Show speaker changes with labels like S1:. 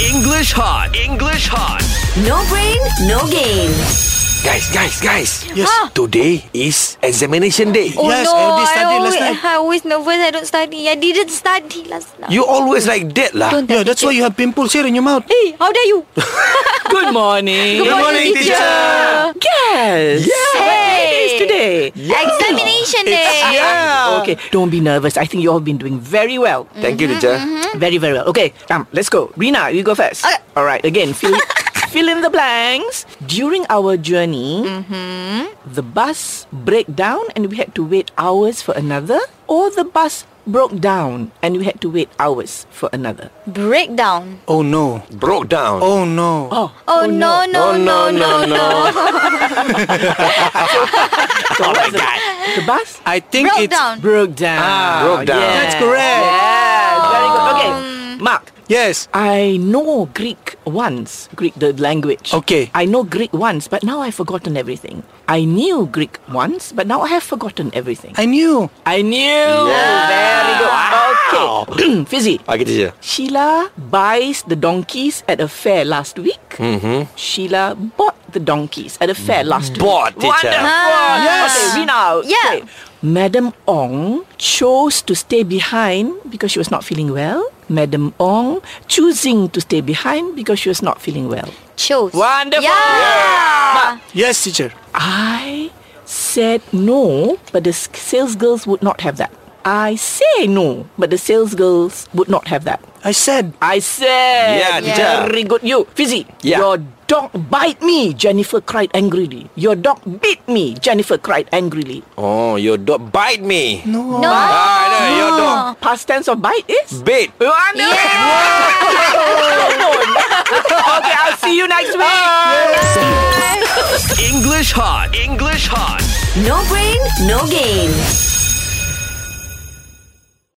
S1: English hot. English hot.
S2: No brain, no game.
S3: Guys, guys, guys. Yes. Today is examination day.
S2: Oh
S4: Yes,
S2: no,
S4: I already
S2: I
S4: studied
S2: always,
S4: last night.
S2: I always nervous. I don't study. I didn't study last night.
S3: You always like that lah.
S2: Don't
S4: Yeah,
S2: touch
S4: that's why
S2: it.
S4: you have pimples here in your mouth.
S2: Hey, how dare you?
S5: Good morning.
S2: Good morning, teacher.
S5: Yes. It is
S2: Hey.
S5: today. Ah.
S2: Examination day.
S5: Yeah. Okay, don't be nervous. I think you all have been doing very well.
S3: Thank you, teacher.
S5: Very, very well. Okay, um, let's go. Rina, you go first.
S2: Okay.
S5: All right, again, fill, fill in the blanks. During our journey, the bus break down and we had to wait hours for another, or the bus broke down and we had to wait hours for another.
S2: Breakdown.
S4: Oh no.
S3: Broke down.
S4: Oh no.
S5: Oh,
S2: Oh, no, no, no, no, no.
S5: oh my God. The bus
S4: I think
S2: Broke
S4: it's
S2: down.
S5: broke down.
S4: Ah,
S3: broke down.
S5: yes.
S4: That's correct.
S5: Yes,
S4: Oh.
S5: very good. Okay, Mark.
S4: Yes.
S5: I know Greek once, Greek the language.
S4: Okay.
S5: I know Greek once, but now I've forgotten everything. I knew Greek once, but now I have forgotten everything.
S4: I knew.
S5: I knew. Very good. Okay. Fizzy.
S3: Okay, teacher.
S5: Sheila buys the donkeys at a fair last week. Mm-hmm. Sheila bought the donkeys at a fair last
S3: Bought,
S5: week.
S3: teacher.
S5: Wonderful.
S4: Yes.
S5: Okay, Rina.
S2: Yeah.
S5: Okay. Madam Ong chose to stay behind because she was not feeling well. Madam Ong choosing to stay behind because she was not feeling well.
S2: Chose.
S5: Wonderful.
S2: Yeah.
S4: Yes, teacher.
S5: I said no, but the s- sales girls would not have that. I say no, but the sales girls would not have that.
S4: I said.
S5: I said.
S3: Yeah,
S2: teacher.
S5: Very good. You, Fizzy.
S3: Yeah.
S5: Your dog bite me, Jennifer cried angrily. Your dog bit me, Jennifer cried angrily.
S3: Oh, your dog bite me.
S4: No.
S2: No.
S3: Ah, no, your dog
S5: Past tense of bite is?
S3: bit.
S5: Wonderful. okay, I'll see you next week.
S1: English hot. English hot.
S2: No brain, no game.